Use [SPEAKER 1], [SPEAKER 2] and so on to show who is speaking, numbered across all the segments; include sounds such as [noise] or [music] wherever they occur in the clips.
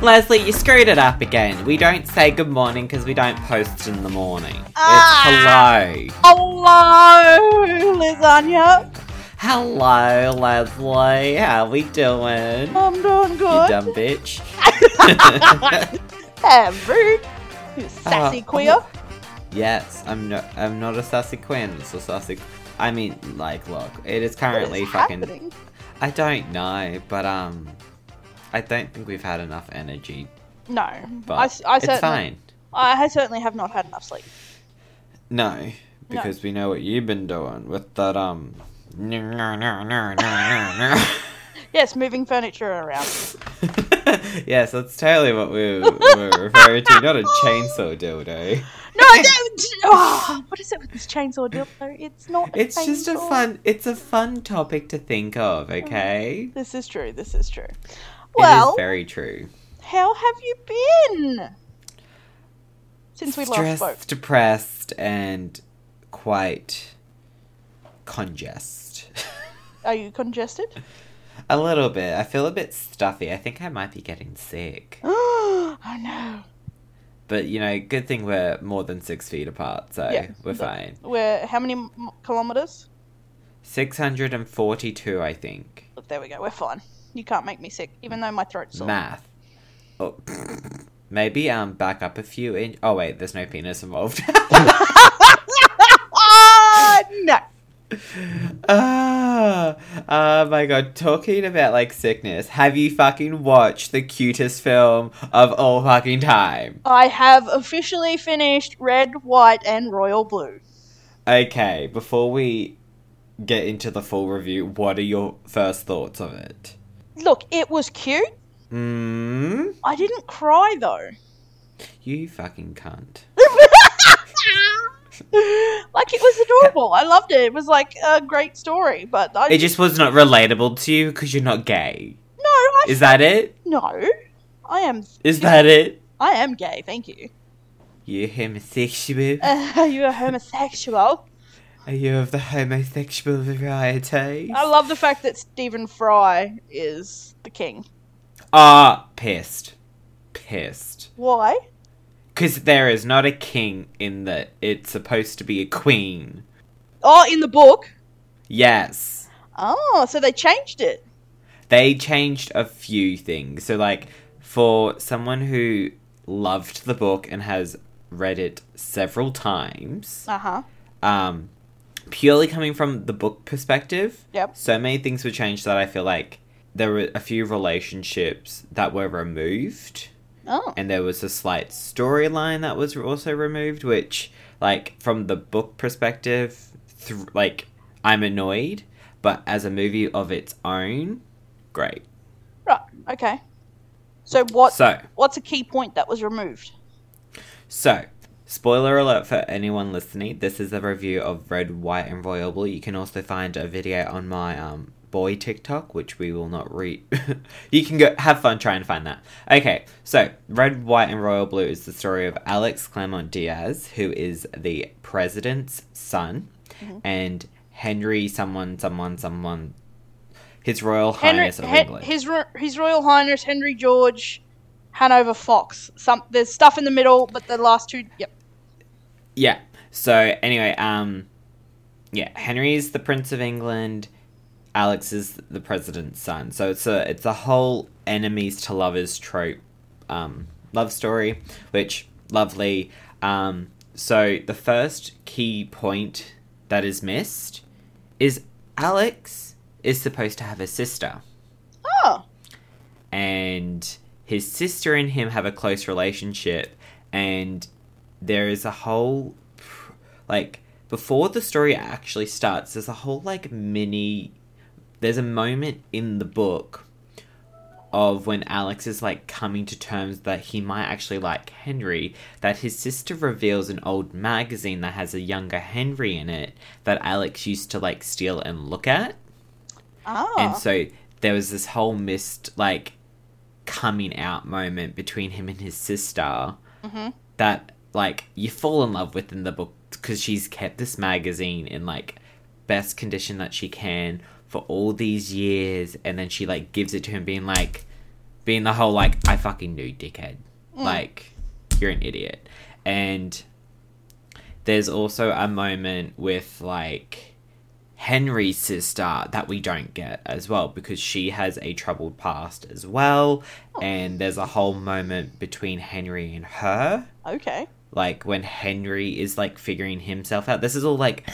[SPEAKER 1] Leslie, you screwed it up again. We don't say good morning because we don't post in the morning.
[SPEAKER 2] Ah.
[SPEAKER 1] It's hello.
[SPEAKER 2] Hello, lasagna.
[SPEAKER 1] Hello, Leslie. How we doing?
[SPEAKER 2] I'm doing
[SPEAKER 1] You
[SPEAKER 2] good. [laughs]
[SPEAKER 1] dumb bitch.
[SPEAKER 2] Hey, rude. You sassy
[SPEAKER 1] Uh,
[SPEAKER 2] queer.
[SPEAKER 1] yes, I'm not. I'm not a sassy queen. It's a sassy. I mean, like, look, it is currently
[SPEAKER 2] What's
[SPEAKER 1] fucking.
[SPEAKER 2] happening?
[SPEAKER 1] I don't know, but um, I don't think we've had enough energy.
[SPEAKER 2] No,
[SPEAKER 1] But
[SPEAKER 2] I, s- I
[SPEAKER 1] it's
[SPEAKER 2] certainly,
[SPEAKER 1] fine.
[SPEAKER 2] I certainly have not had enough sleep.
[SPEAKER 1] No, because we know what you've been doing with that um. No, no, no, no, no, no.
[SPEAKER 2] Yes, moving furniture around.
[SPEAKER 1] [laughs] yes, that's totally what we were referring to. Not a chainsaw dildo.
[SPEAKER 2] No,
[SPEAKER 1] [laughs]
[SPEAKER 2] don't. Oh, what is it with this chainsaw dildo? It's not. A
[SPEAKER 1] It's just a
[SPEAKER 2] chainsaw.
[SPEAKER 1] fun. It's a fun topic to think of. Okay.
[SPEAKER 2] This is true. This is true.
[SPEAKER 1] it is
[SPEAKER 2] Well,
[SPEAKER 1] very true.
[SPEAKER 2] how have you been since we last
[SPEAKER 1] Stressed,
[SPEAKER 2] spoke?
[SPEAKER 1] depressed, and quite congest. [laughs]
[SPEAKER 2] Are you congested? [gasps]
[SPEAKER 1] a little bit. I feel a bit stuffy. I think I might be getting sick.
[SPEAKER 2] oh no.
[SPEAKER 1] But you know, good thing we're more than six feet apart, so
[SPEAKER 2] Yeah.
[SPEAKER 1] we're fine.
[SPEAKER 2] We're how many m- kilometers?
[SPEAKER 1] Six hundred and forty-two, I think.
[SPEAKER 2] Look, there we go. We're fine. You can't make me sick, even though my throat's sore.
[SPEAKER 1] Math. Oh, maybe um back up a few in. Oh wait, there's no penis involved. [laughs]
[SPEAKER 2] Ah, [laughs] no.
[SPEAKER 1] ah, oh my god! Talking about like sickness, have you fucking watched the cutest film of all fucking time?
[SPEAKER 2] I have officially finished red, white, and royal blue.
[SPEAKER 1] Okay, before we get into the full review, what are your first thoughts of it?
[SPEAKER 2] Look, it was cute.
[SPEAKER 1] Hmm.
[SPEAKER 2] I didn't cry though. [laughs]
[SPEAKER 1] You fucking cunt.
[SPEAKER 2] like it was adorable. I loved it. It was like a great story, but I
[SPEAKER 1] It just was not relatable to you because you're not gay.
[SPEAKER 2] no, I
[SPEAKER 1] Is that it?
[SPEAKER 2] no. I am
[SPEAKER 1] Is that it?
[SPEAKER 2] I am gay. Thank you.
[SPEAKER 1] You homosexual?
[SPEAKER 2] Uh, [laughs] you're a homosexual.
[SPEAKER 1] Are you of the homosexual variety?
[SPEAKER 2] I love the fact that Stephen Fry is the king.
[SPEAKER 1] Ah, pissed. Pissed.
[SPEAKER 2] Why?
[SPEAKER 1] Because there is not a king in that. It's supposed to be a queen.
[SPEAKER 2] Oh, in the book.
[SPEAKER 1] Yes.
[SPEAKER 2] Oh, so they changed it.
[SPEAKER 1] They changed a few things. So, like, for someone who loved the book and has read it several times,
[SPEAKER 2] Uh huh.
[SPEAKER 1] um, purely coming from the book perspective,
[SPEAKER 2] Yep.
[SPEAKER 1] so many things were changed that I feel like there were a few relationships that were removed,
[SPEAKER 2] Oh.
[SPEAKER 1] and there was a slight storyline that was also removed, which, like, from the book perspective, th- like, I'm annoyed, but as a movie of its own, great.
[SPEAKER 2] Right. Okay. So what?
[SPEAKER 1] So,
[SPEAKER 2] what's a key point that was removed?
[SPEAKER 1] So, spoiler alert for anyone listening, this is a review of Red, White, and Royal Blue. You can also find a video on my um boy TikTok, which we will not read. [laughs] you can go have fun trying to find that. Okay, so Red, White, and Royal Blue is the story of Alex Claremont Diaz, who is the president's son,
[SPEAKER 2] Mm-hmm.
[SPEAKER 1] and Henry someone someone someone. His Royal
[SPEAKER 2] Henry,
[SPEAKER 1] Highness of
[SPEAKER 2] Hen-
[SPEAKER 1] England.
[SPEAKER 2] his Ro- his Royal Highness Henry George, Hanover Fox. Some there's stuff in the middle, but the last two. Yep.
[SPEAKER 1] Yeah. So anyway, um, yeah, Henry's the Prince of England. Alex is the president's son. So it's a it's a whole enemies to lovers trope, um, love story, which lovely. Um, so the first key point that is missed is Alex is supposed to have a sister
[SPEAKER 2] Oh.
[SPEAKER 1] and his sister and him have a close relationship and there is a whole like before the story actually starts there's a whole like mini there's a moment in the book of when Alex is like coming to terms that he might actually like Henry, that his sister reveals an old magazine that has a younger Henry in it that Alex used to like steal and look at.
[SPEAKER 2] Ah.
[SPEAKER 1] And so there was this whole missed like coming out moment between him and his sister
[SPEAKER 2] Mhm.
[SPEAKER 1] that like you fall in love with in the book because she's kept this magazine in like best condition that she can for all these years and then she like gives it to him being like being the whole like I fucking knew, dickhead. Like you're an idiot. And there's also a moment with like Henry's sister that we don't get as well because she has a troubled past as well. And there's a whole moment between Henry and her
[SPEAKER 2] Okay.
[SPEAKER 1] like when Henry is like figuring himself out. This is all like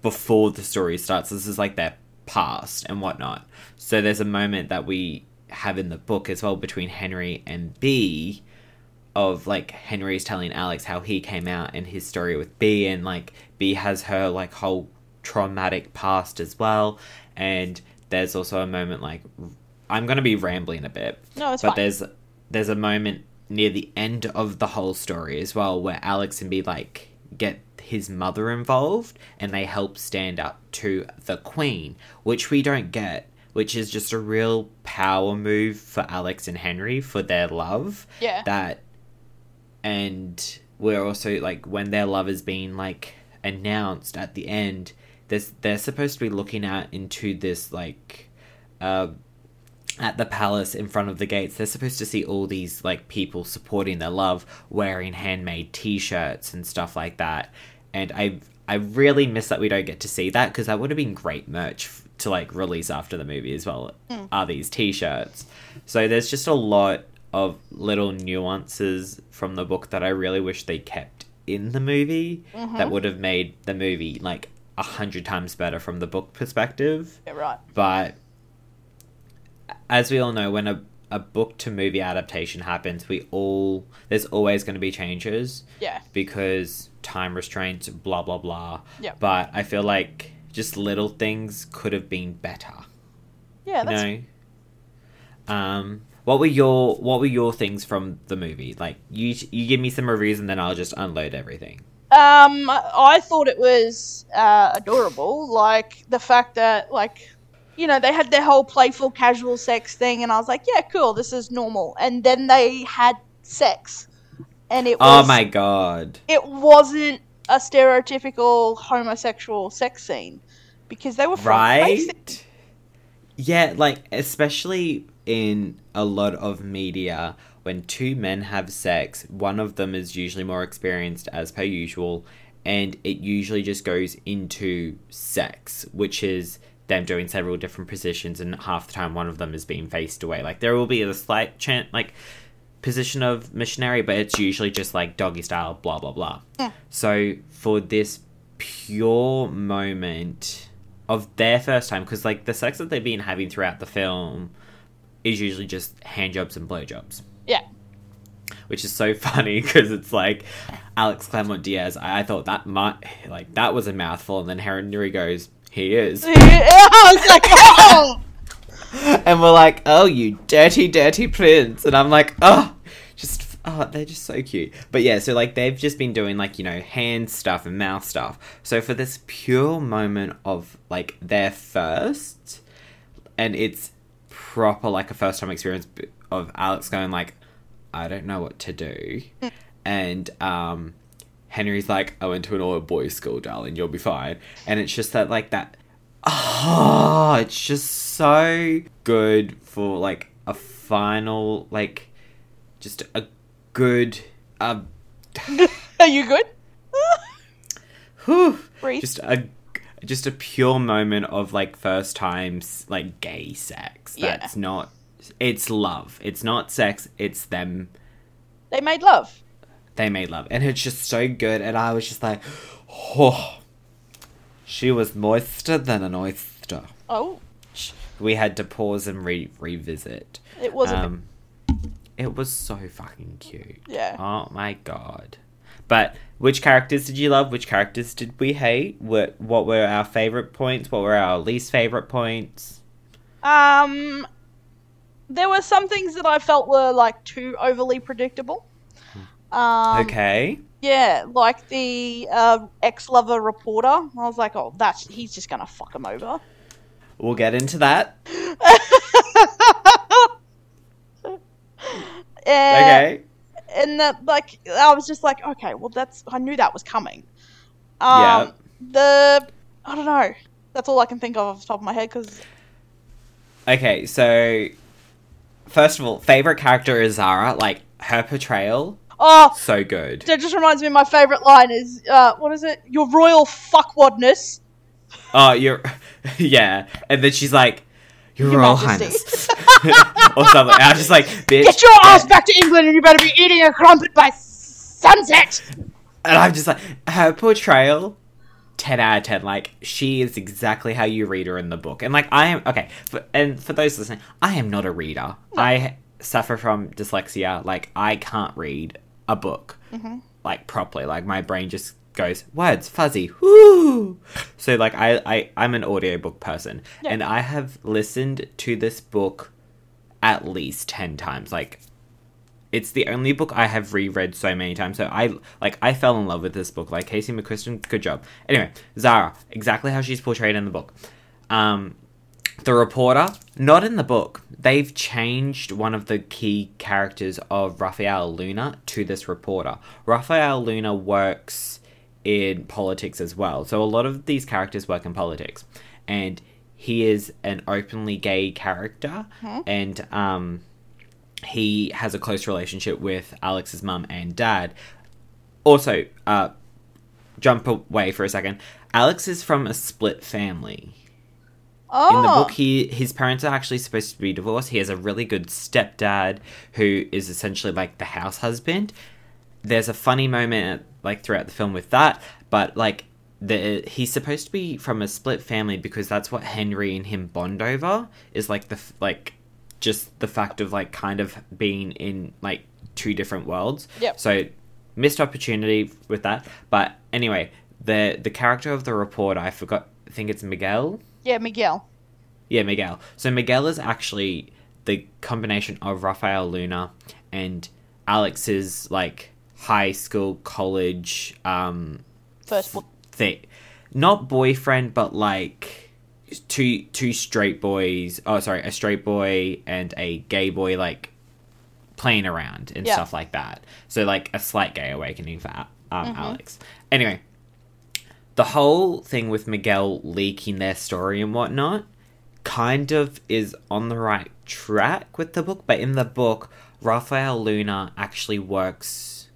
[SPEAKER 1] before the story starts. This is like their past and whatnot. So there's a moment that we have in the book as well between Henry and B of like Henry's telling Alex how he came out and his story with B and like B has her like whole traumatic past as well and there's also a moment like I'm going to be rambling a bit
[SPEAKER 2] No, it's
[SPEAKER 1] but
[SPEAKER 2] fine.
[SPEAKER 1] there's there's a moment near the end of the whole story as well where Alex and B like get his mother involved and they help stand up to the Queen, which we don't get, which is just a real power move for Alex and Henry for their love.
[SPEAKER 2] Yeah.
[SPEAKER 1] That and we're also like when their love is being like announced at the end, there's they're supposed to be looking out into this like uh at the palace in front of the gates they're supposed to see all these like people supporting their love wearing handmade t-shirts and stuff like that and i i really miss that we don't get to see that because that would have been great merch f- to like release after the movie as well are these t-shirts so there's just a lot of little nuances from the book that i really wish they kept in the movie
[SPEAKER 2] mm-hmm. Uh-huh.
[SPEAKER 1] that would have made the movie like a hundred times better from the book perspective
[SPEAKER 2] yeah, right.
[SPEAKER 1] but as we all know, when a, a book to movie adaptation happens, we all there's always going to be changes
[SPEAKER 2] Yeah.
[SPEAKER 1] because time restraints, blah blah blah.
[SPEAKER 2] Yep.
[SPEAKER 1] But I feel like just little things could have been better.
[SPEAKER 2] Yeah, that's
[SPEAKER 1] you know. Um, what were your what were your things from the movie? Like you you give me some reviews and then I'll just unload everything.
[SPEAKER 2] Um, I thought it was uh, adorable, like the fact that like you know they had their whole playful casual sex thing, and I was like, yeah, cool, this is normal. And then they had sex, and it was
[SPEAKER 1] oh my god.
[SPEAKER 2] it wasn't a stereotypical homosexual sex scene because they were front-facing.
[SPEAKER 1] right yeah like especially in a lot of media when two men have sex one of them is usually more experienced as per usual and it usually just goes into sex which is them doing several different positions and half the time one of them is being faced away like there will be a slight chant like position of missionary but it's usually just like doggy style blah blah blah so for this pure moment of their first time, because like the sex that they've been having throughout the film is usually just hand jobs and blowjobs,
[SPEAKER 2] Yeah, [laughs]
[SPEAKER 1] which is so [laughs] funny because it's like Alex Claremont Diaz. I, I thought that might like that was a mouthful, and then Henry goes, "He is,"
[SPEAKER 2] I was like, oh,
[SPEAKER 1] [laughs] and we're like, "Oh, you dirty, dirty prince," and I'm like, "Oh." Just, oh, they're just so cute. But yeah, so like they've just been doing like, you know, hand stuff and mouth stuff. So for this pure moment of like their first, and it's proper like a first time experience b- of Alex going like, I don't know what to do, and um, Henry's like, I went to an all boys school, darling. You'll be fine. And it's just that like that, oh, it's just so good for like a final like, just a good uh,
[SPEAKER 2] are you good? [laughs]
[SPEAKER 1] whew,
[SPEAKER 2] Breathe.
[SPEAKER 1] just a just a pure moment of like first times like gay sex.
[SPEAKER 2] Yeah.
[SPEAKER 1] That's not. It's love. It's not sex. It's them
[SPEAKER 2] they made love.
[SPEAKER 1] they made love and it's just so good and i was just like oh she was moister than an oyster
[SPEAKER 2] Oh,
[SPEAKER 1] we had to pause and re- revisit
[SPEAKER 2] it wasn't.
[SPEAKER 1] um, it was so fucking cute
[SPEAKER 2] Yeah.
[SPEAKER 1] oh my god but which characters did you love which characters did we hate what, what were our favorite points what were our least favorite points
[SPEAKER 2] Um, there were some things that I felt were like too overly predictable. Um,
[SPEAKER 1] Hmm. okay
[SPEAKER 2] Yeah, like the uh, ex-lover reporter. I was like, oh, that's he's just gonna fuck him over.
[SPEAKER 1] we'll get into that
[SPEAKER 2] Uh,
[SPEAKER 1] okay
[SPEAKER 2] And that, like, I was just like, okay, well, that's I knew that was coming. Um,
[SPEAKER 1] Yeah.
[SPEAKER 2] The I don't know. That's all I can think of off the top of my head because
[SPEAKER 1] Okay, so first of all, favorite character is Zara. Like her portrayal,
[SPEAKER 2] Oh,
[SPEAKER 1] so good.
[SPEAKER 2] that just reminds me. My favorite line is, uh, "What is it? Your royal fuckwadness."
[SPEAKER 1] Oh, you're, [laughs] yeah. And then she's like, "Your,
[SPEAKER 2] Your
[SPEAKER 1] Royal Highness,"
[SPEAKER 2] Majesty.
[SPEAKER 1] [laughs] or something. I'm just like, bitch.
[SPEAKER 2] Get your ass back to England, and you better be eating a crumpet by sunset.
[SPEAKER 1] And I'm just like, her portrayal, 10 out of 10. Like, she is exactly how you read her in the book. And, like, I am, okay, for, and for those listening, I am not a reader. I suffer from dyslexia. Like, I can't read a book, like, properly. Like, my brain just goes, words, fuzzy, whoo. So, like, I, I, I'm an audiobook person.
[SPEAKER 2] Yeah.
[SPEAKER 1] And I have listened to this book at least 10 times. Like, it's the only book I have reread so many times. So I like I fell in love with this book. Like Casey McChristen, good job. Anyway, Zara, exactly how she's portrayed in the book. Um, the reporter, not in the book. They've changed one of the key characters of Raphael Luna to this reporter. Raphael Luna works in politics as well. So a lot of these characters work in politics, and he is an openly gay character, and um he has a close relationship with Alex's mum and dad. Also, uh, jump away for a second. Alex is from a split family.
[SPEAKER 2] Oh,
[SPEAKER 1] In the book, he his parents are actually supposed to be divorced. He has a really good stepdad who is essentially like the house husband. There's a funny moment like throughout the film with that, but like the he's supposed to be from a split family because that's what Henry and him bond over is like the f- like just the fact of like kind of being in like two different worlds.
[SPEAKER 2] Yep.
[SPEAKER 1] So missed opportunity with that, but anyway, the the character of the reporter I forgot. I think it's Miguel.
[SPEAKER 2] yeah, Miguel.
[SPEAKER 1] Yeah, Miguel. So Miguel is actually the combination of Rafael Luna and Alex's like high school college um
[SPEAKER 2] First book.
[SPEAKER 1] thing. Not boyfriend, but like two two straight boys. Oh, sorry, a straight boy and a gay boy like playing around and
[SPEAKER 2] Yeah.
[SPEAKER 1] stuff like that. So like a slight gay awakening for Al- um, Alex. Anyway, the whole thing with Miguel leaking their story and whatnot kind of is on the right track with the book, but in the book, Raphael Luna actually works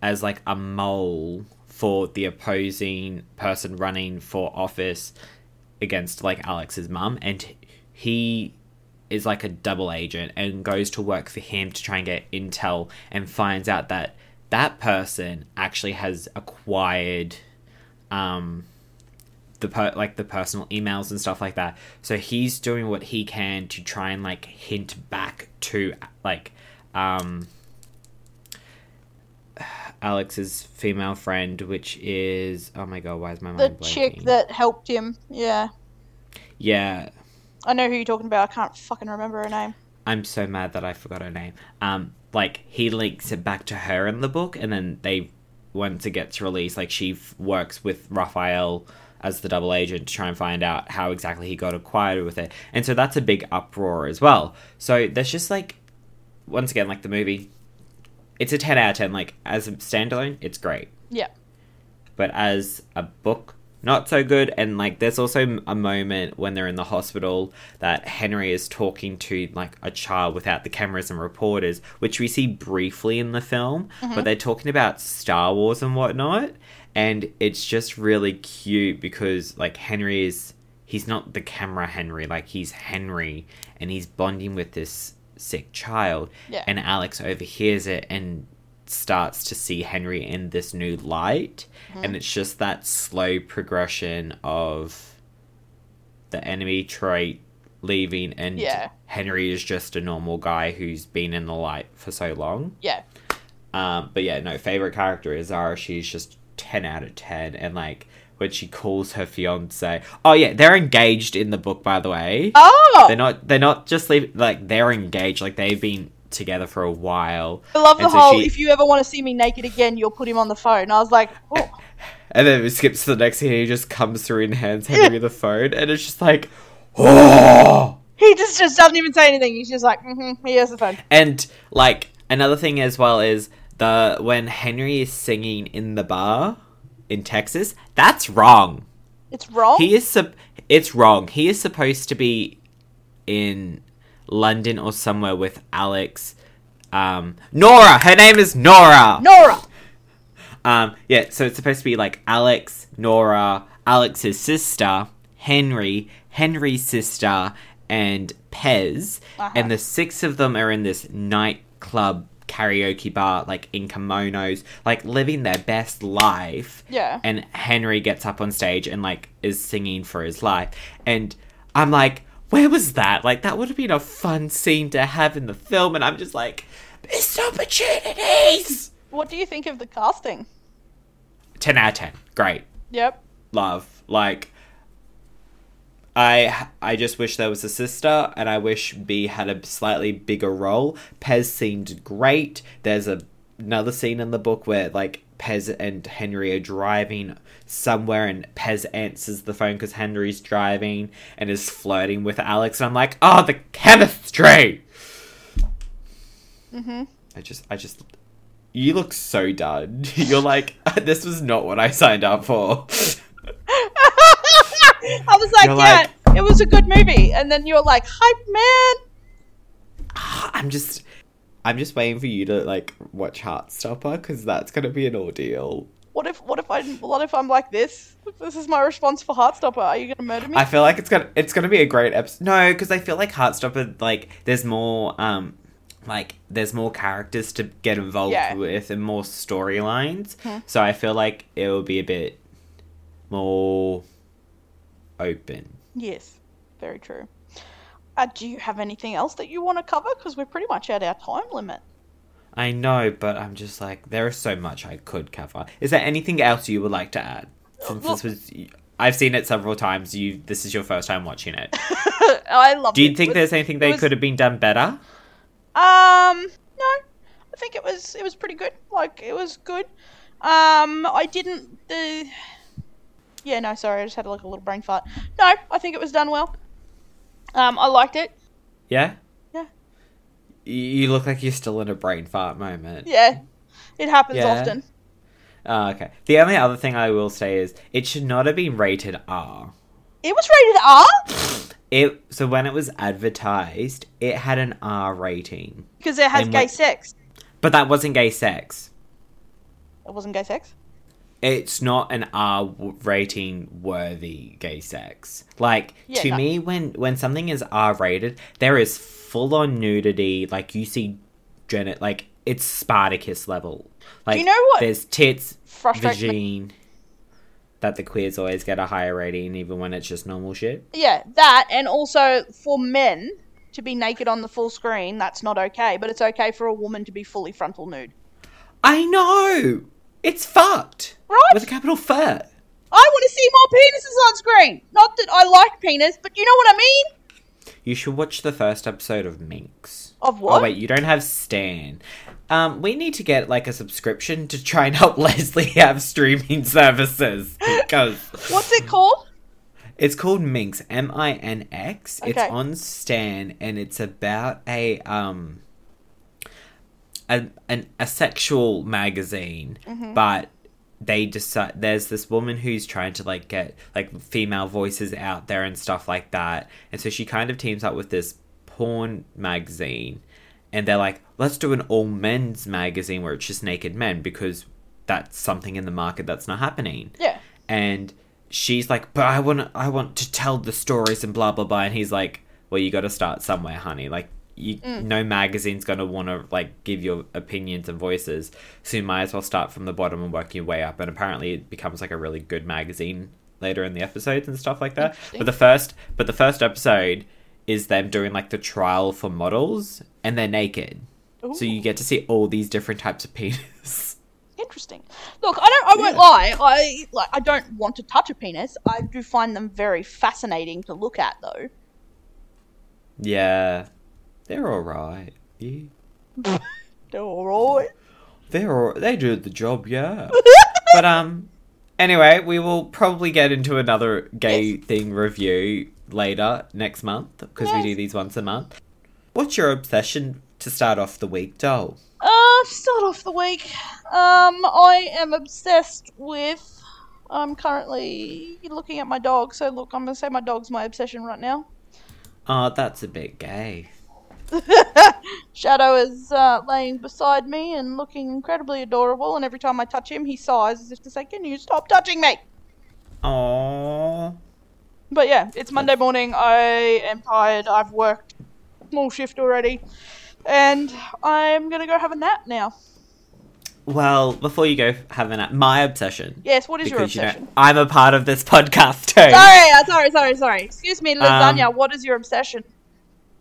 [SPEAKER 1] as like a mole for the opposing person running for office against like Alex's mum, and he is like a double agent and goes to work for him to try and get intel and finds out that that person actually has acquired um the per- like the personal emails and stuff like that. So he's doing what he can to try and like hint back to like um Alex's female friend, which is oh my god, why is my mind
[SPEAKER 2] The
[SPEAKER 1] blanking?
[SPEAKER 2] chick that helped him. Yeah,
[SPEAKER 1] yeah,
[SPEAKER 2] I know who you're talking about. I can't fucking remember her name.
[SPEAKER 1] I'm so mad that I forgot her name. Um, like he links it back to her in the book, and then they, once it gets released, like she f- works with Raphael as the double agent to try and find out how exactly he got acquired with it, and so that's a big uproar as well. So there's just like, once again, like the movie, it's a ten out of ten. Like as a standalone, it's great
[SPEAKER 2] Yeah.
[SPEAKER 1] but as a book, not so good. And like, there's also m- a moment when they're in the hospital that Henry is talking to like a child without the cameras and reporters, which we see briefly in the film, but they're talking about Star Wars and whatnot. And it's just really cute because like Henry is, he's not the camera Henry, like he's Henry and he's bonding with this sick child.
[SPEAKER 2] Yeah.
[SPEAKER 1] And Alex overhears it and starts to see Henry in this new light,
[SPEAKER 2] Mm-hmm.
[SPEAKER 1] and it's just that slow progression of the enemy trait leaving, and
[SPEAKER 2] Yeah.
[SPEAKER 1] Henry is just a normal guy who's been in the light for so long.
[SPEAKER 2] Yeah.
[SPEAKER 1] Um, but yeah, no favorite character is Zara. She's just ten out of ten, and like when she calls her fiance, oh yeah, they're engaged in the book, by the way.
[SPEAKER 2] [laughs] Oh,
[SPEAKER 1] They're not. They're not just leave, like they're engaged. Like they've been together for a while.
[SPEAKER 2] I love the
[SPEAKER 1] and so
[SPEAKER 2] whole.
[SPEAKER 1] she-
[SPEAKER 2] If you ever want to see me naked again, you'll put him on the phone. I was like, oh,
[SPEAKER 1] And then it skips to the next scene and he just comes through and hands Henry the phone and it's just like Oh
[SPEAKER 2] he just just doesn't even say anything. He's just like, mm-hmm, he has the phone.
[SPEAKER 1] And like another thing as well is the when Henry is singing in the bar in Texas, that's wrong.
[SPEAKER 2] It's wrong.
[SPEAKER 1] He is sup- it's wrong. He is supposed to be in London or somewhere with Alex. Um, Nora. Her name is Nora.
[SPEAKER 2] Nora.
[SPEAKER 1] Um, yeah, so it's supposed to be like Alex, Nora, Alex's sister, Henry, Henry's sister, and Pez.
[SPEAKER 2] Uh-huh.
[SPEAKER 1] And the six of them are in this nightclub karaoke bar, like in kimonos, like living their best life.
[SPEAKER 2] Yeah.
[SPEAKER 1] And Henry gets up on stage and like is singing for his life. And I'm like, where was that? Like that would have been a fun scene to have in the film. And I'm just like, missed opportunities.
[SPEAKER 2] What do you think of the casting?
[SPEAKER 1] Ten out of ten. Great.
[SPEAKER 2] Yep.
[SPEAKER 1] Love. Like. I I just wish there was a sister, and I wish B had a slightly bigger role. Pez seemed great. There's a, another scene in the book where like Pez and Henry are driving somewhere, and Pez answers the phone because Henry's driving and is flirting with Alex. And I'm like, oh, the chemistry.
[SPEAKER 2] Mm-hmm.
[SPEAKER 1] I just I just you look so done. [laughs] You're like this was not what I signed up for.
[SPEAKER 2] [laughs]
[SPEAKER 1] [laughs]
[SPEAKER 2] I was like,
[SPEAKER 1] You're
[SPEAKER 2] yeah, it was a good movie. And then you're like, hype man.
[SPEAKER 1] I'm just I'm just waiting for you to like watch Heartstopper because that's gonna be an ordeal.
[SPEAKER 2] What if what if I what if I'm like this? This is my response for Heartstopper. Are you gonna murder me?
[SPEAKER 1] I feel like it's gonna it's gonna be a great episode. No, because I feel like Heartstopper like there's more um like there's more characters to get involved
[SPEAKER 2] Yeah.
[SPEAKER 1] with and more storylines.
[SPEAKER 2] Mhm.
[SPEAKER 1] So I feel like it will be a bit more open.
[SPEAKER 2] yes, very true. Uh, do you have anything else that you want to cover? Because we're pretty much at our time limit. [laughs]
[SPEAKER 1] I know, but I'm just like there is so much I could cover. Is there anything else you would like to add? Since
[SPEAKER 2] Well-
[SPEAKER 1] this was, I've seen it several times. You, this is your first time watching it.
[SPEAKER 2] I love.
[SPEAKER 1] Do you
[SPEAKER 2] [laughs]
[SPEAKER 1] think there's anything they
[SPEAKER 2] was-
[SPEAKER 1] could have been done better?
[SPEAKER 2] Um, no, I think it was it was pretty good. Like it was good. Um, I didn't. Uh, yeah, no, sorry, I just had like a little brain fart. No, I think it was done well. Um, I liked it.
[SPEAKER 1] Yeah.
[SPEAKER 2] Yeah.
[SPEAKER 1] Y- You look like you're still in a brain fart moment.
[SPEAKER 2] Yeah, it happens
[SPEAKER 1] Yeah.
[SPEAKER 2] often.
[SPEAKER 1] Oh, okay. The only other thing I will say is it should not have been rated R.
[SPEAKER 2] It was rated R
[SPEAKER 1] It so when it was advertised, it had an R rating,
[SPEAKER 2] because it has
[SPEAKER 1] And
[SPEAKER 2] gay
[SPEAKER 1] what-
[SPEAKER 2] sex.
[SPEAKER 1] but that wasn't gay sex.
[SPEAKER 2] It wasn't gay sex.
[SPEAKER 1] it's not an R w- rating worthy gay sex. Like
[SPEAKER 2] Yeah,
[SPEAKER 1] to
[SPEAKER 2] no.
[SPEAKER 1] me, when when something is R rated, there is full on nudity. Like you see, Janet, like it's Spartacus level. Like
[SPEAKER 2] you know what
[SPEAKER 1] There's tits,
[SPEAKER 2] Frustrates me.
[SPEAKER 1] vagine. That the queers always get a higher rating, even when it's just normal shit.
[SPEAKER 2] Yeah, that and also for men to be naked on the full screen, that's not okay. But it's okay for a woman to be fully frontal nude.
[SPEAKER 1] I know it's fucked
[SPEAKER 2] Right?
[SPEAKER 1] with a capital E fur.
[SPEAKER 2] I want to see more penises on screen. Not that I like penis, but you know what I mean.
[SPEAKER 1] You should watch the first episode of Minx.
[SPEAKER 2] Of what?
[SPEAKER 1] Oh wait, you don't have Stan. Um, we need to get like a subscription to try and help [laughs] Leslie have streaming services because
[SPEAKER 2] What's it called?
[SPEAKER 1] it's called Minx, M I N X. It's
[SPEAKER 2] Okay.
[SPEAKER 1] on Stan, and it's about a um a an, a sexual magazine, but they decide there's this woman who's trying to like get like female voices out there and stuff like that, and so she kind of teams up with this porn magazine, and they're like, let's do an all men's magazine where it's just naked men because that's something in the market that's not happening
[SPEAKER 2] Yeah.
[SPEAKER 1] and she's like, "But I want I want to tell the stories and blah blah blah." And he's like, "Well, you got to start somewhere, honey. Like, you no magazine's gonna want to like give your opinions and voices, so you might as well start from the bottom and work your way up." And apparently, it becomes like a really good magazine later in the episodes and stuff like that.
[SPEAKER 2] Interesting.
[SPEAKER 1] But the first, but the first episode is them doing like the trial for models, and they're naked, so you get to see all these different types of penis. [laughs]
[SPEAKER 2] Interesting. Look, I don't. I won't
[SPEAKER 1] Yeah.
[SPEAKER 2] lie. I like. I don't want to touch a penis. I do find them very fascinating to look at, though.
[SPEAKER 1] yeah, they're all right. Yeah.
[SPEAKER 2] They're all right.
[SPEAKER 1] They're all, they do the job, yeah. [laughs]
[SPEAKER 2] [laughs]
[SPEAKER 1] but um, anyway, we will probably get into another gay
[SPEAKER 2] Yes.
[SPEAKER 1] thing review later next month because
[SPEAKER 2] Yes.
[SPEAKER 1] we do these once a month. What's your obsession to start off the week, doll?
[SPEAKER 2] Uh, start off the week. Um, I am obsessed with. I'm currently looking at my dog. So look, I'm gonna say my dog's my obsession right now.
[SPEAKER 1] Oh, that's a bit gay.
[SPEAKER 2] Shadow is uh, laying beside me and looking incredibly adorable, and every time I touch him, he sighs as if to say, Can you stop touching me?
[SPEAKER 1] Aww.
[SPEAKER 2] But yeah, it's Monday morning. I am tired. I've worked small shift already, and I'm gonna go have a nap now.
[SPEAKER 1] Well, before you go have a nap, my obsession.
[SPEAKER 2] Yes, what is your
[SPEAKER 1] because you
[SPEAKER 2] obsession?
[SPEAKER 1] know I'm a part of this [laughs] podcast too.
[SPEAKER 2] Sorry, uh, sorry, sorry, sorry. Excuse
[SPEAKER 1] Um,
[SPEAKER 2] me, lasagna. what is your obsession?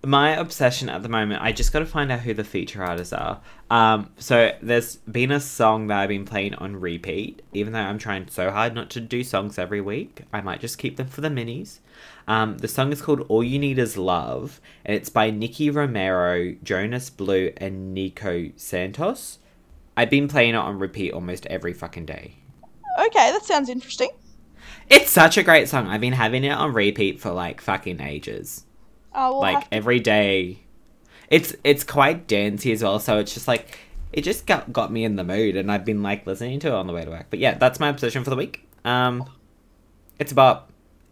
[SPEAKER 1] my obsession at the moment i just got to find out who the feature artists are um, so there's been a song that i've been playing on repeat even though i'm trying so hard not to do songs every week i might just keep them for the minis um, the song is called all you need is love and it's by nikki romero jonas blue and nico santos i've been playing it on repeat almost every fucking day
[SPEAKER 2] Okay, that sounds interesting.
[SPEAKER 1] it's such a great song i've been having it on repeat for like fucking ages
[SPEAKER 2] I will
[SPEAKER 1] like
[SPEAKER 2] have to-
[SPEAKER 1] every day. It's it's quite dancey as well, so it's just like it just got got me in the mood, and I've been like listening to it on the way to work. But yeah, that's my obsession for the week. Um, it's a bop.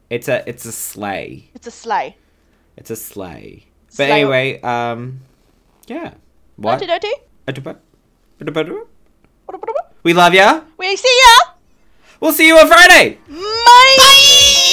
[SPEAKER 1] It's a it's a sleigh.
[SPEAKER 2] it's a sleigh.
[SPEAKER 1] It's a sleigh. But
[SPEAKER 2] Sleigh.
[SPEAKER 1] anyway, um, yeah. What?
[SPEAKER 2] Okie dokie.
[SPEAKER 1] We love ya.
[SPEAKER 2] We see ya.
[SPEAKER 1] We'll see you on Friday.
[SPEAKER 2] Bye.